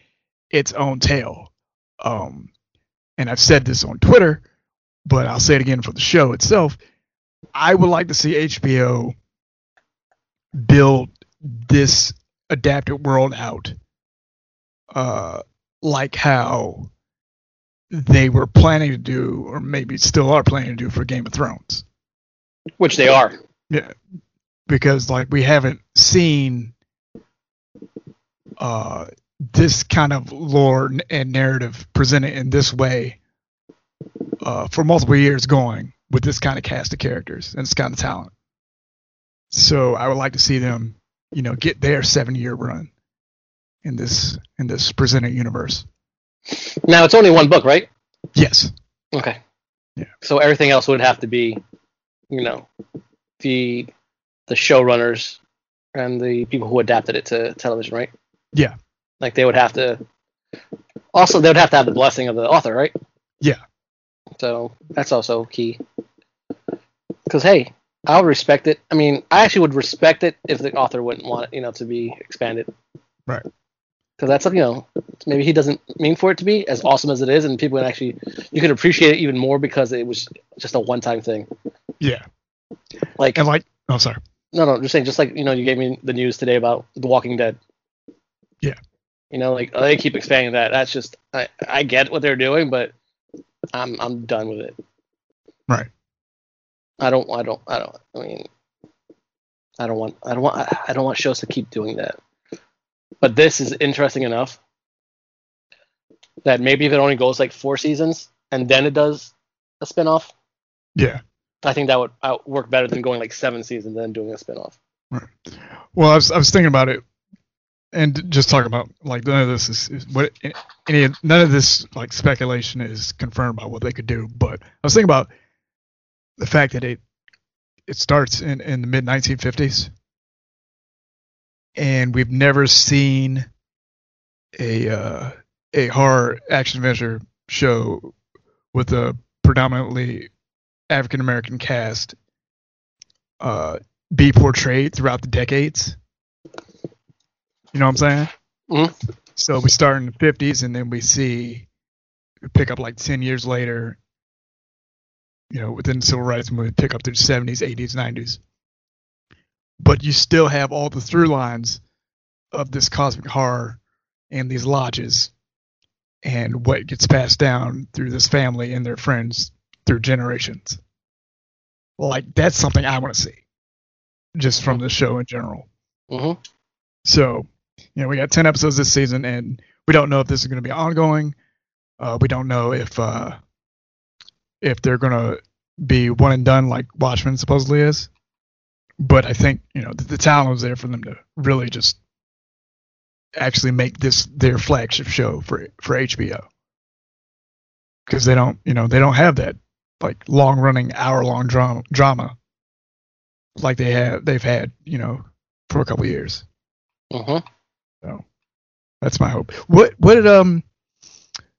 B: its own tale. Um, and I've said this on Twitter, but I'll say it again for the show itself. I would like to see HBO build this adapted world out uh, like how they were planning to do, or maybe still are planning to do for Game of Thrones.
A: Which they are.
B: Yeah, because like we haven't seen uh, this kind of lore n- and narrative presented in this way uh, for multiple years going with this kind of cast of characters and this kind of talent. So I would like to see them, you know, get their seven-year run in this in this presented universe.
A: Now it's only one book, right?
B: Yes,
A: Okay.
B: Yeah.
A: So everything else would have to be, you know, the the showrunners and the people who adapted it to television, right?
B: Yeah.
A: Like they would have to. Also, they would have to have the blessing of the author, right?
B: Yeah.
A: So that's also key. Because hey, I'll respect it. I mean, I actually would respect it if the author wouldn't want it, you know, to be expanded.
B: Right.
A: Because that's you know maybe he doesn't mean for it to be as awesome as it is, and people can actually you can appreciate it even more because it was just a one time thing.
B: yeah,
A: Like
B: and like, oh sorry,
A: no, no, just saying, just like you know, you gave me the news today about The Walking Dead.
B: Yeah.
A: You know, like they keep expanding that. That's just I, I get what they're doing, but I'm I'm done with it.
B: Right.
A: I don't I don't I don't I mean I don't want I don't want I- I don't want shows to keep doing that. But this is interesting enough that maybe if it only goes like four seasons and then it does a spinoff,
B: yeah.
A: I think that would out- work better than going like seven seasons and then doing a spinoff.
B: Well, I was, I was thinking about it, and just talking about like none of this is, is what any of- none of this like speculation is confirmed about what they could do. But I was thinking about the fact that it it starts in in the mid 1950s, and we've never seen a uh, a horror action adventure show with a predominantly African American cast. Uh, be portrayed throughout the decades. You know what I'm saying?
A: Mhm.
B: So we start in the 50s, and then we see we pick up like 10 years later. You know, within the civil rights movement, pick up through the 70s, 80s, 90s. But you still have all the through lines of this cosmic horror and these lodges and what gets passed down through this family and their friends through generations. Like, that's something I want to see just from the show in general.
A: hmm
B: So, you know, we got 10 episodes this season, and we don't know if this is going to be ongoing. Uh, we don't know if uh, if they're going to be one and done like Watchmen supposedly is. But I think, you know, the, the talent was there for them to really just actually make this their flagship show for for HBO. Because they don't, you know, they don't have that like long running hour long drama drama like they have they've had, you know, for a couple of years.
A: hmm
B: That's my hope. What what did um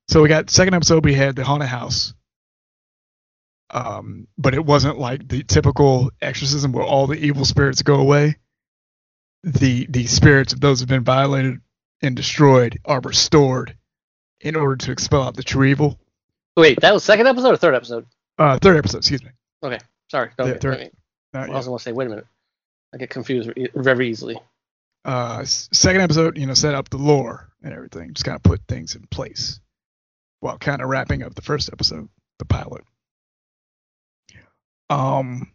B: so we got second episode we had the haunted house. Um but it wasn't like the typical exorcism where all the evil spirits go away. The the spirits of those who've been violated and destroyed are restored in order to expel out the true evil.
A: Wait, that was second episode or third episode?
B: Uh third episode, excuse me.
A: Sorry, don't
B: Yeah,
A: get,
B: third.
A: I, mean,
B: Not
A: I was gonna say, wait a minute, I get confused re- very easily.
B: uh s- second episode you know set up the lore and everything just kind of put things in place while kind of wrapping up the first episode the pilot um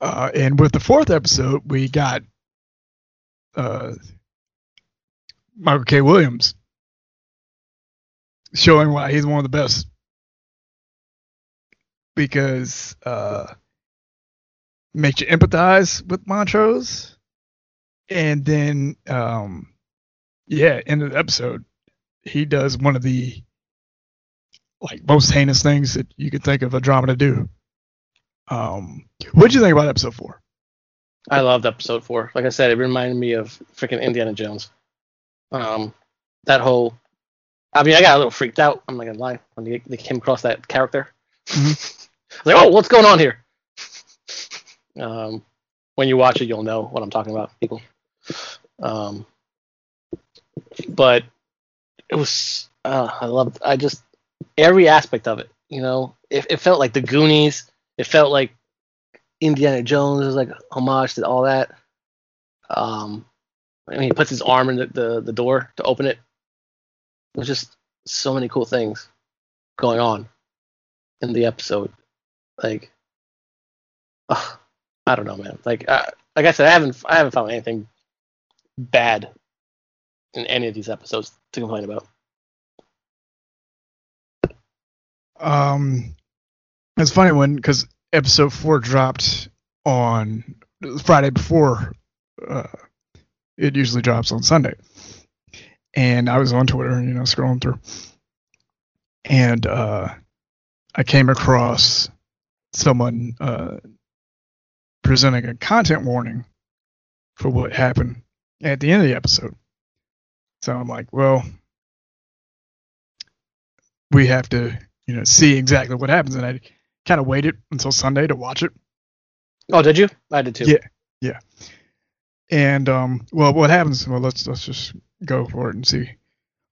B: uh and with the fourth episode we got uh michael k williams showing why he's one of the best because uh makes you empathize with montrose and then um yeah end of the episode he does one of the like most heinous things that you could think of a drama to do um what would you think about episode four
A: I loved episode four. Like I said, it reminded me of freaking Indiana Jones. Um, that whole. I mean, I got a little freaked out. I'm not gonna lie when they, they came across that character. I was like, oh, what's going on here? Um, when you watch it, you'll know what I'm talking about, people. Um, but it was. Uh, I loved. I just every aspect of it. You know, it, it felt like the Goonies. It felt like Indiana Jones. It was like homage to all that. Um, I mean, he puts his arm in the, the, the door to open it. There's just so many cool things going on in the episode. Like, ugh, I don't know, man. Like, I, like I said, I haven't I haven't found anything bad in any of these episodes to complain about.
B: Um, it's funny when because episode four dropped on it was Friday before uh, it usually drops on Sunday, and I was on Twitter, you know, scrolling through, and uh, I came across someone uh, presenting a content warning for what happened at the end of the episode. So I'm like, well, we have to, you know, see exactly what happens, and I kind of waited until Sunday to watch it.
A: Oh, did you? I did too.
B: Yeah. And um, well, what happens? Well, let's let's just go for it and see.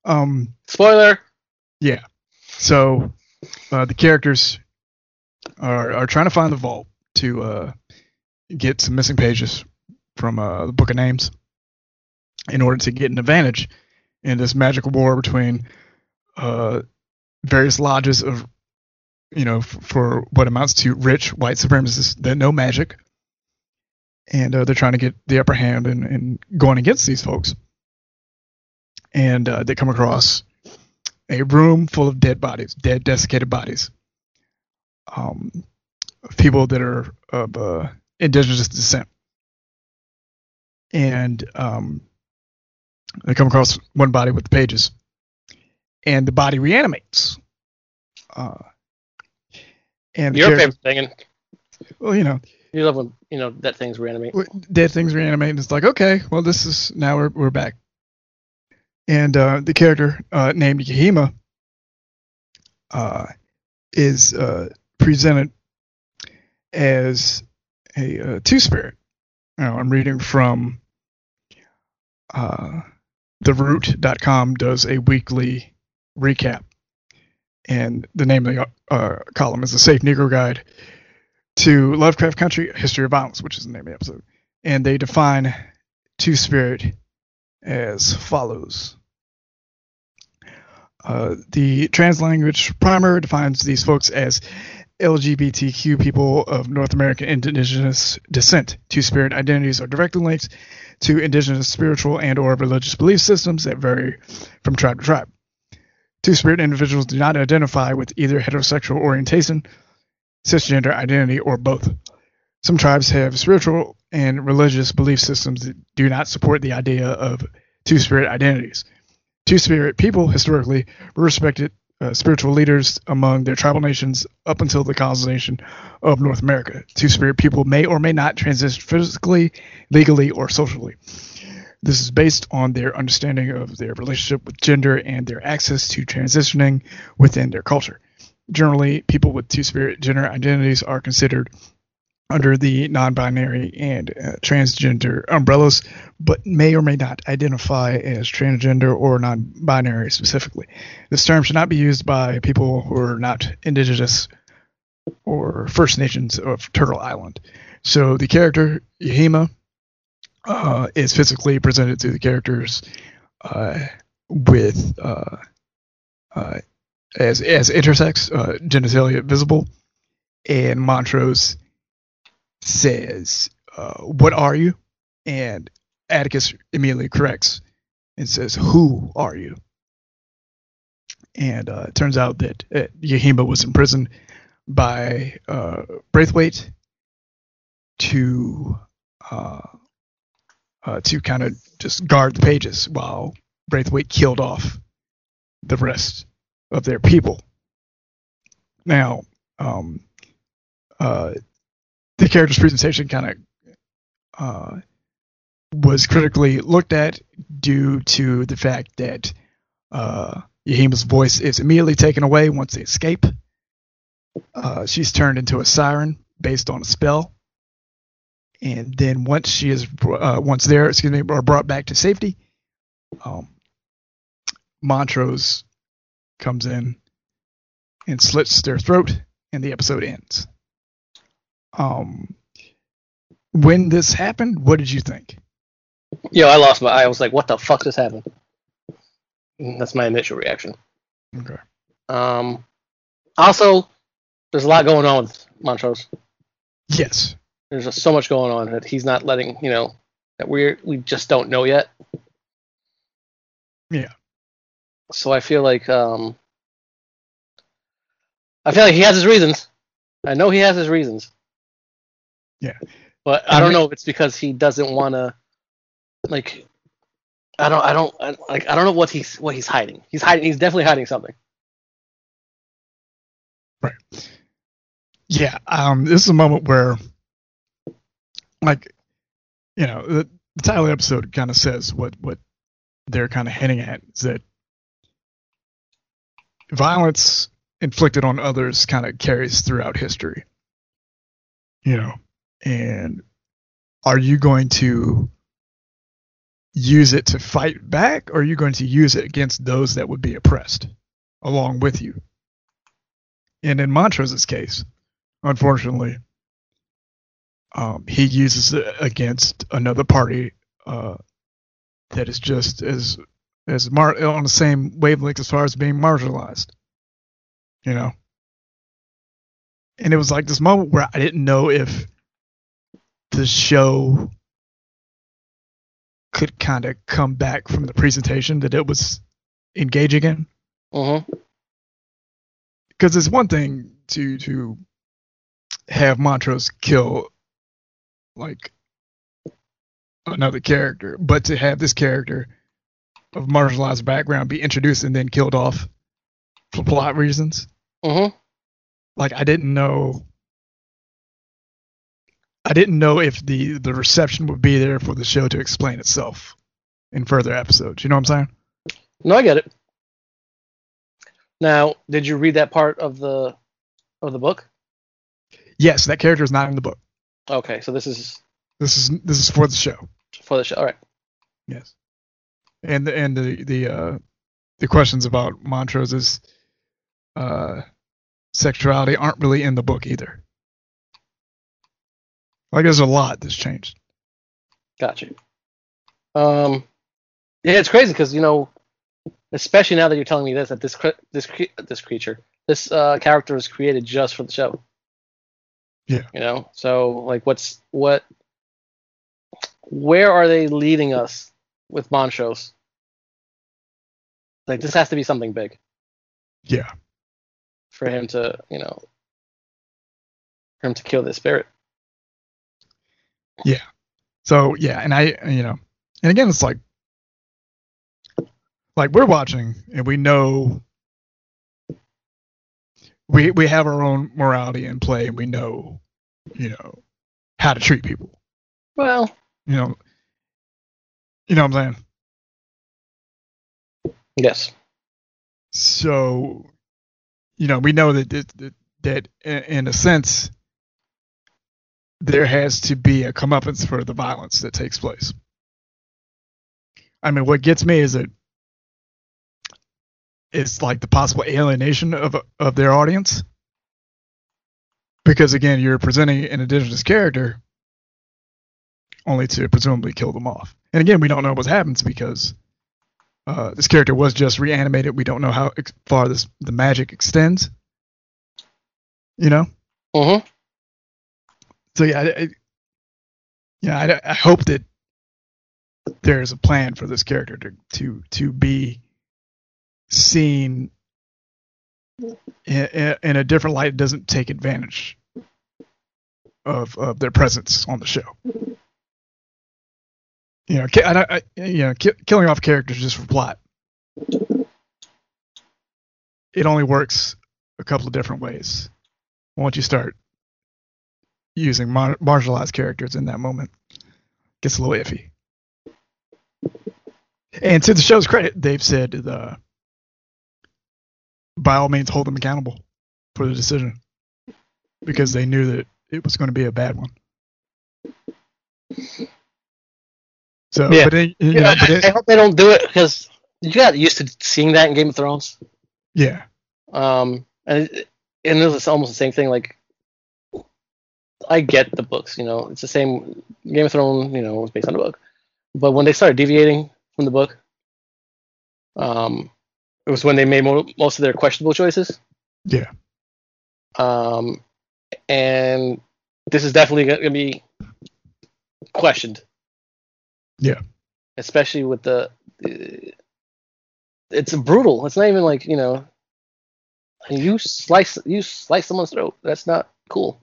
B: Um,
A: Spoiler.
B: so uh, the characters are are trying to find the vault to uh, get some missing pages from uh, the Book of Names in order to get an advantage in this magical war between uh, various lodges of you know f- for what amounts to rich white supremacists that know magic and uh, they're trying to get the upper hand and, and going against these folks and uh, they come across a room full of dead bodies dead desiccated bodies um, of people that are of uh, indigenous descent and um, they come across one body with pages and the body reanimates uh, and the
A: Your
B: character-
A: favorite thing, and
B: well, you know,
A: you love when you know that things reanimate.
B: w- dead things reanimate, and it's like, okay, well, this is now we're we're back. And uh, the character uh, named Yahima uh, is uh, presented as a uh, two spirit. Now, I'm reading from uh, theroot.com does a weekly recap, and the name of the uh, column is the Safe Negro Guide to Lovecraft Country: History of Violence, which is the name of the episode, and they define Two Spirit as follows. Uh, the trans language primer defines these folks as LGBTQ people of North American indigenous descent. Two Spirit identities are directly linked to indigenous spiritual and/or religious belief systems that vary from tribe to tribe. Two Spirit individuals do not identify with either heterosexual orientation cisgender identity, or both. Some tribes have spiritual and religious belief systems that do not support the idea of two spirit identities. Two spirit people historically were respected uh, spiritual leaders among their tribal nations up until the colonization of North America. Two spirit people may or may not transition physically, legally, or socially. This is based on their understanding of their relationship with gender and their access to transitioning within their culture generally people with two-spirit gender identities are considered under the non-binary and uh, transgender umbrellas but may or may not identify as transgender or non-binary specifically this term should not be used by people who are not indigenous or first nations of turtle island so the character yahima uh, is physically presented to the characters uh, with uh, uh, as as intersex, uh, genitalia visible, and Montrose says, uh, "What are you?" And Atticus immediately corrects and says, "Who are you?" And uh, it turns out that uh, Yahima was imprisoned by uh, Braithwaite to uh, uh, to kind of just guard the pages while Braithwaite killed off the rest of their people. Now, um, uh, the character's presentation kind of uh, was critically looked at due to the fact that uh, Yahima's voice is immediately taken away once they escape. Uh, she's turned into a siren based on a spell, and then once she is uh, once there, excuse me, are brought back to safety. Um, Montrose comes in and slits their throat, and the episode ends. Um, when this happened, what did you think?
A: Yo, I lost my. I was like, "What the fuck just happened?" That's my initial reaction.
B: Okay.
A: Um, also, there's a lot going on with Montrose.
B: Yes.
A: There's just so much going on that he's not letting you know that we we just don't know yet.
B: Yeah.
A: So I feel like um, I feel like he has his reasons. I know he has his reasons.
B: Yeah.
A: But I don't know if it's because he doesn't want to, like, I don't, I don't, I, like, I don't know what he's what he's hiding. He's hiding. He's definitely hiding something.
B: Yeah. Um, this is a moment where, like, you know, the, the title of the episode kind of says what what they're kind of hinting at is that violence inflicted on others kind of carries throughout history. You know, and are you going to use it to fight back or are you going to use it against those that would be oppressed along with you? And in Montrose's case, unfortunately, um, he uses it against another party uh, that is just as as mar- on the same wavelength as far as being marginalized you know. And it was like this moment where I didn't know if the show could kind of come back from the presentation that it was engaging in.
A: Mm-hmm.
B: Because it's one thing to to have Montrose kill like another character, but to have this character of marginalized background be introduced and then killed off for plot reasons.
A: Mm-hmm.
B: like I didn't know I didn't know if the the reception would be there for the show to explain itself in further episodes. You know what I'm saying?
A: No, I get it. Now, did you read that part of the of the book?
B: Yes, that character is not in the book.
A: Okay, so this is
B: This is this is for the show.
A: for the show. All right.
B: Yes. And the and the the uh the questions about Montrose's uh sexuality aren't really in the book either. Like there's a lot that's changed.
A: Gotcha. Um, yeah, it's crazy because you know, especially now that you're telling me this, that this cre- this cre- this creature, this uh, character was created just for the show.
B: Yeah.
A: You know, so like, what's what? Where are they leading us with Montrose? Like, this has to be something big
B: Yeah.
A: for him to, you know, for him to kill this spirit.
B: So yeah, and I you know, and again it's like like we're watching and we know we we have our own morality in play and we know you know how to treat people.
A: Well,
B: You know you know what I'm saying?
A: yes.
B: So you know, we know that that, that, that i- in a sense there has to be a comeuppance for the violence that takes place. I mean, what gets me is that it's like the possible alienation of of their audience, because again, you're presenting an indigenous character only to presumably kill them off. And again, we don't know what happens because uh, this character was just reanimated. We don't know how ex- far this the magic extends. You know.
A: hmm
B: So yeah, I, I, yeah, I, I hope that there's a plan for this character to to to be seen in, in in a different light. that Doesn't take advantage of of their presence on the show. You know, ki- I, don't- I, you know, ki- killing off characters just for plot. It only works a couple of different ways. Once you start using mar- marginalized characters in that moment. gets a little iffy. And to the show's credit, they've said the by all means hold them accountable for the decision because they knew that it was going to be a bad one. So,
A: Yeah.
B: but it, you know,
A: Yeah,
B: but
A: I, I
B: it,
A: hope they don't do it because you got used to seeing that in Game of Thrones.
B: yeah,
A: Um, and it, and it was almost the same thing. Like, I get the books, you know, it's the same. Game of Thrones, you know, was based on the book, but when they started deviating from the book, um, it was when they made mo- most of their questionable choices.
B: Yeah.
A: Um, and this is definitely going to be questioned.
B: Yeah.
A: Especially with the. the- It's brutal. It's not even like you know and you slice you slice someone's throat. That's not cool.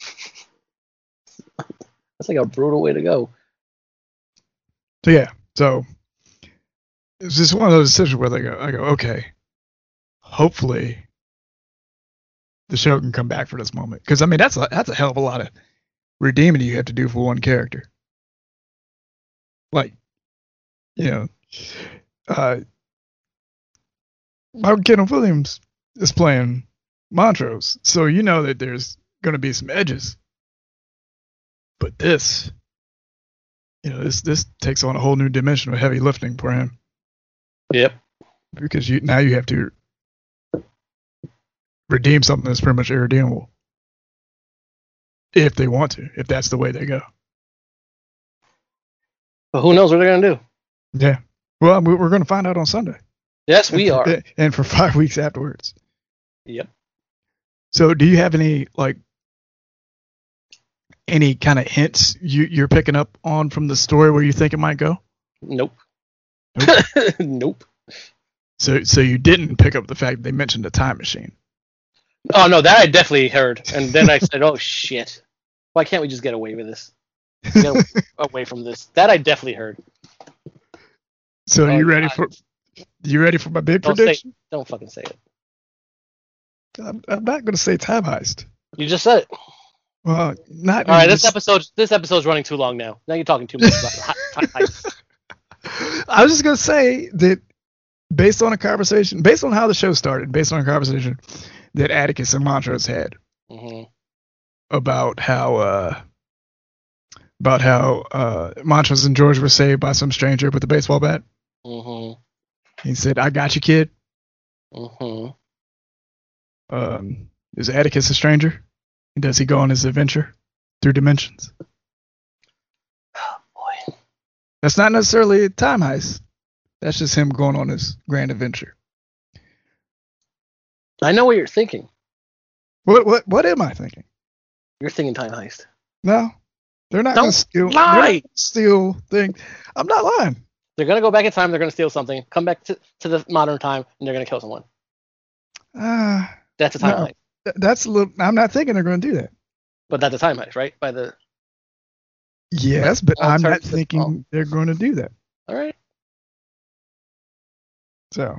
A: That's like a brutal way to go.
B: so yeah, so it's just one of those decisions where they go, I go, okay, hopefully the show can come back for this moment because I mean that's a that's a hell of a lot of redeeming you have to do for one character. Like, you know, uh, Michael Kenneth Williams is playing Montrose, so you know that there's going to be some edges. But this, you know, this this takes on a whole new dimension of heavy lifting for him
A: Yep.
B: because you now you have to redeem something that's pretty much irredeemable if they want to if that's the way they go
A: But who knows what they're gonna do?
B: yeah well we- we're going to find out on sunday
A: Yes, we are.
B: A- and for five weeks afterwards
A: Yep.
B: so do you have any like any kind of hints you you're picking up on from the story where you think it might go
A: Nope.
B: Nope.
A: nope.
B: so so you didn't pick up the fact that they mentioned a time machine
A: Oh no, that I definitely heard. And then I said, "Oh shit, why can't we just get away with this? Get away from this." That I definitely heard.
B: so
A: Oh,
B: you ready
A: God.
B: for you ready for my big
A: Don't say.
B: prediction
A: Don't fucking say it.
B: I'm, I'm not going to say time heist
A: You just said it.
B: Well, not
A: All right,
B: in
A: this episode. This episode's running too long now. Now you're talking too much about hot, hot, hot.
B: I was just gonna say that based on a conversation, based on how the show started, based on a conversation that Atticus and Montrose had
A: hmm
B: about how uh, about how uh, Montrose and George were saved by some stranger with a baseball bat.
A: Mm-hmm.
B: He said, "I got you, kid."
A: Mm-hmm.
B: Um, is Atticus a stranger? And does he go on his adventure through dimensions?
A: Boy.
B: That's not necessarily a time heist. That's just him going on his grand adventure.
A: I know what you're thinking.
B: What what what am I thinking?
A: You're thinking time heist.
B: No, they're not
A: Don't
B: gonna steal. they're not
A: lie!
B: gonna steal thing. I'm not lying.
A: They're gonna go back in time. They're gonna steal something. Come back to, to the modern time, and they're gonna kill someone.
B: Uh,
A: That's a time
B: No.
A: heist.
B: th- that's a little. I'm not thinking they're gonna do that.
A: But that's a time heist, right? By the
B: Yes, but
A: Oh,
B: I'm
A: sorry.
B: not thinking
A: Oh.
B: they're going to do that.
A: all right.
B: So,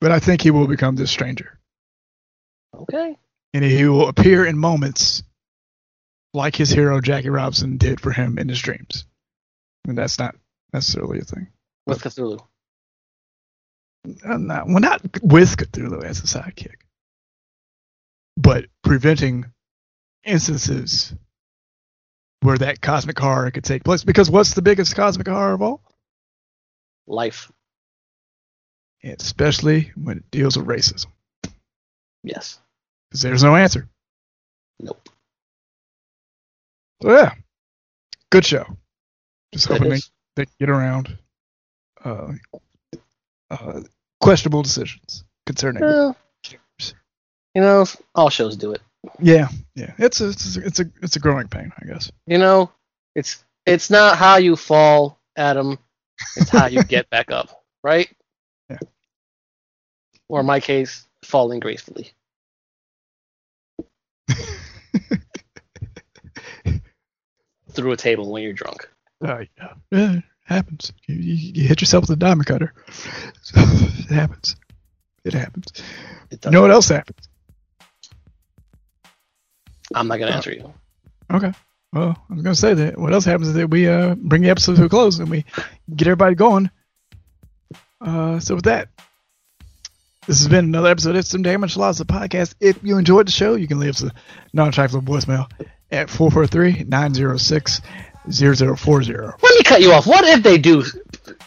B: but I think he will become this stranger,
A: Okay.
B: and he will appear in moments like his hero Jackie Robinson did for him in his dreams. And that's not necessarily a thing.
A: With Cthulhu.
B: I'm not, Uh, well, not with Cthulhu as a sidekick, but preventing instances where that cosmic horror could take place. Because what's the biggest cosmic horror of all?
A: Life.
B: Especially when it deals with racism,
A: Yes.
B: because there's no answer.
A: Nope.
B: So yeah, good show. Just
A: That
B: hoping they,
A: is-
B: they can get around uh, uh, questionable decisions concerning.
A: Well, you know, all shows do it.
B: Yeah, yeah. It's a, it's a it's a it's a growing pain, I guess.
A: You know, it's it's not how you fall, Adam. It's how you get back up, right?
B: Yeah.
A: Or in my case, falling gracefully. Through a table when you're drunk.
B: Uh, yeah, yeah, it happens. You, you, you hit yourself with a diamond cutter. So, it happens. It happens.
A: It
B: You
A: does.
B: know what else happens?
A: I'm not gonna answer you.
B: Okay. Well, I was gonna say that what else happens is that we uh, bring the episode to a close and we get everybody going. Uh, so with that, this has been another episode of Some Damage Lots of Podcast. If you enjoyed the show, you can leave us a non-trifling voicemail at 443-906-0040.
A: Let me cut you off. What if they do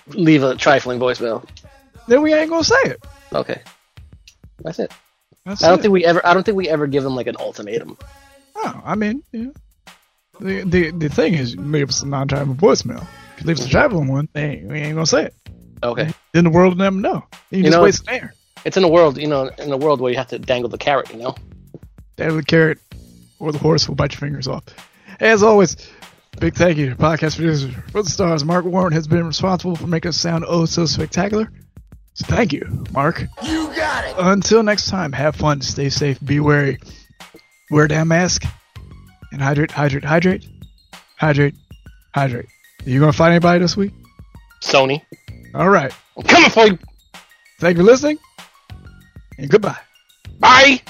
A: leave a trifling voicemail?
B: Then we ain't gonna say it.
A: Okay, that's it.
B: That's
A: I don't
B: it.
A: think we ever. I don't think we ever give them like an ultimatum.
B: No, I mean, yeah. the, the the thing is, you leave us a non-traveling voicemail. If you leave us a traveling one, they ain't, we ain't gonna say it.
A: Okay,
B: Then the world will never know. You,
A: You
B: just
A: know-
B: waste an air.
A: it's in a world, you know, in a world where you have to dangle the carrot. You know,
B: Dad with carrot or the horse will bite your fingers off. As always, big thank you to podcast producer for the stars. Mark Warren has been responsible for making us sound oh so spectacular. So thank you, Mark. You got it. Until next time, have fun, stay safe, be wary, wear a damn mask, and hydrate, hydrate, hydrate, hydrate, hydrate. you gonna fight anybody this week?
A: Sony,
B: All right.
A: I'm coming for you.
B: Thank you for listening, and goodbye.
A: Bye.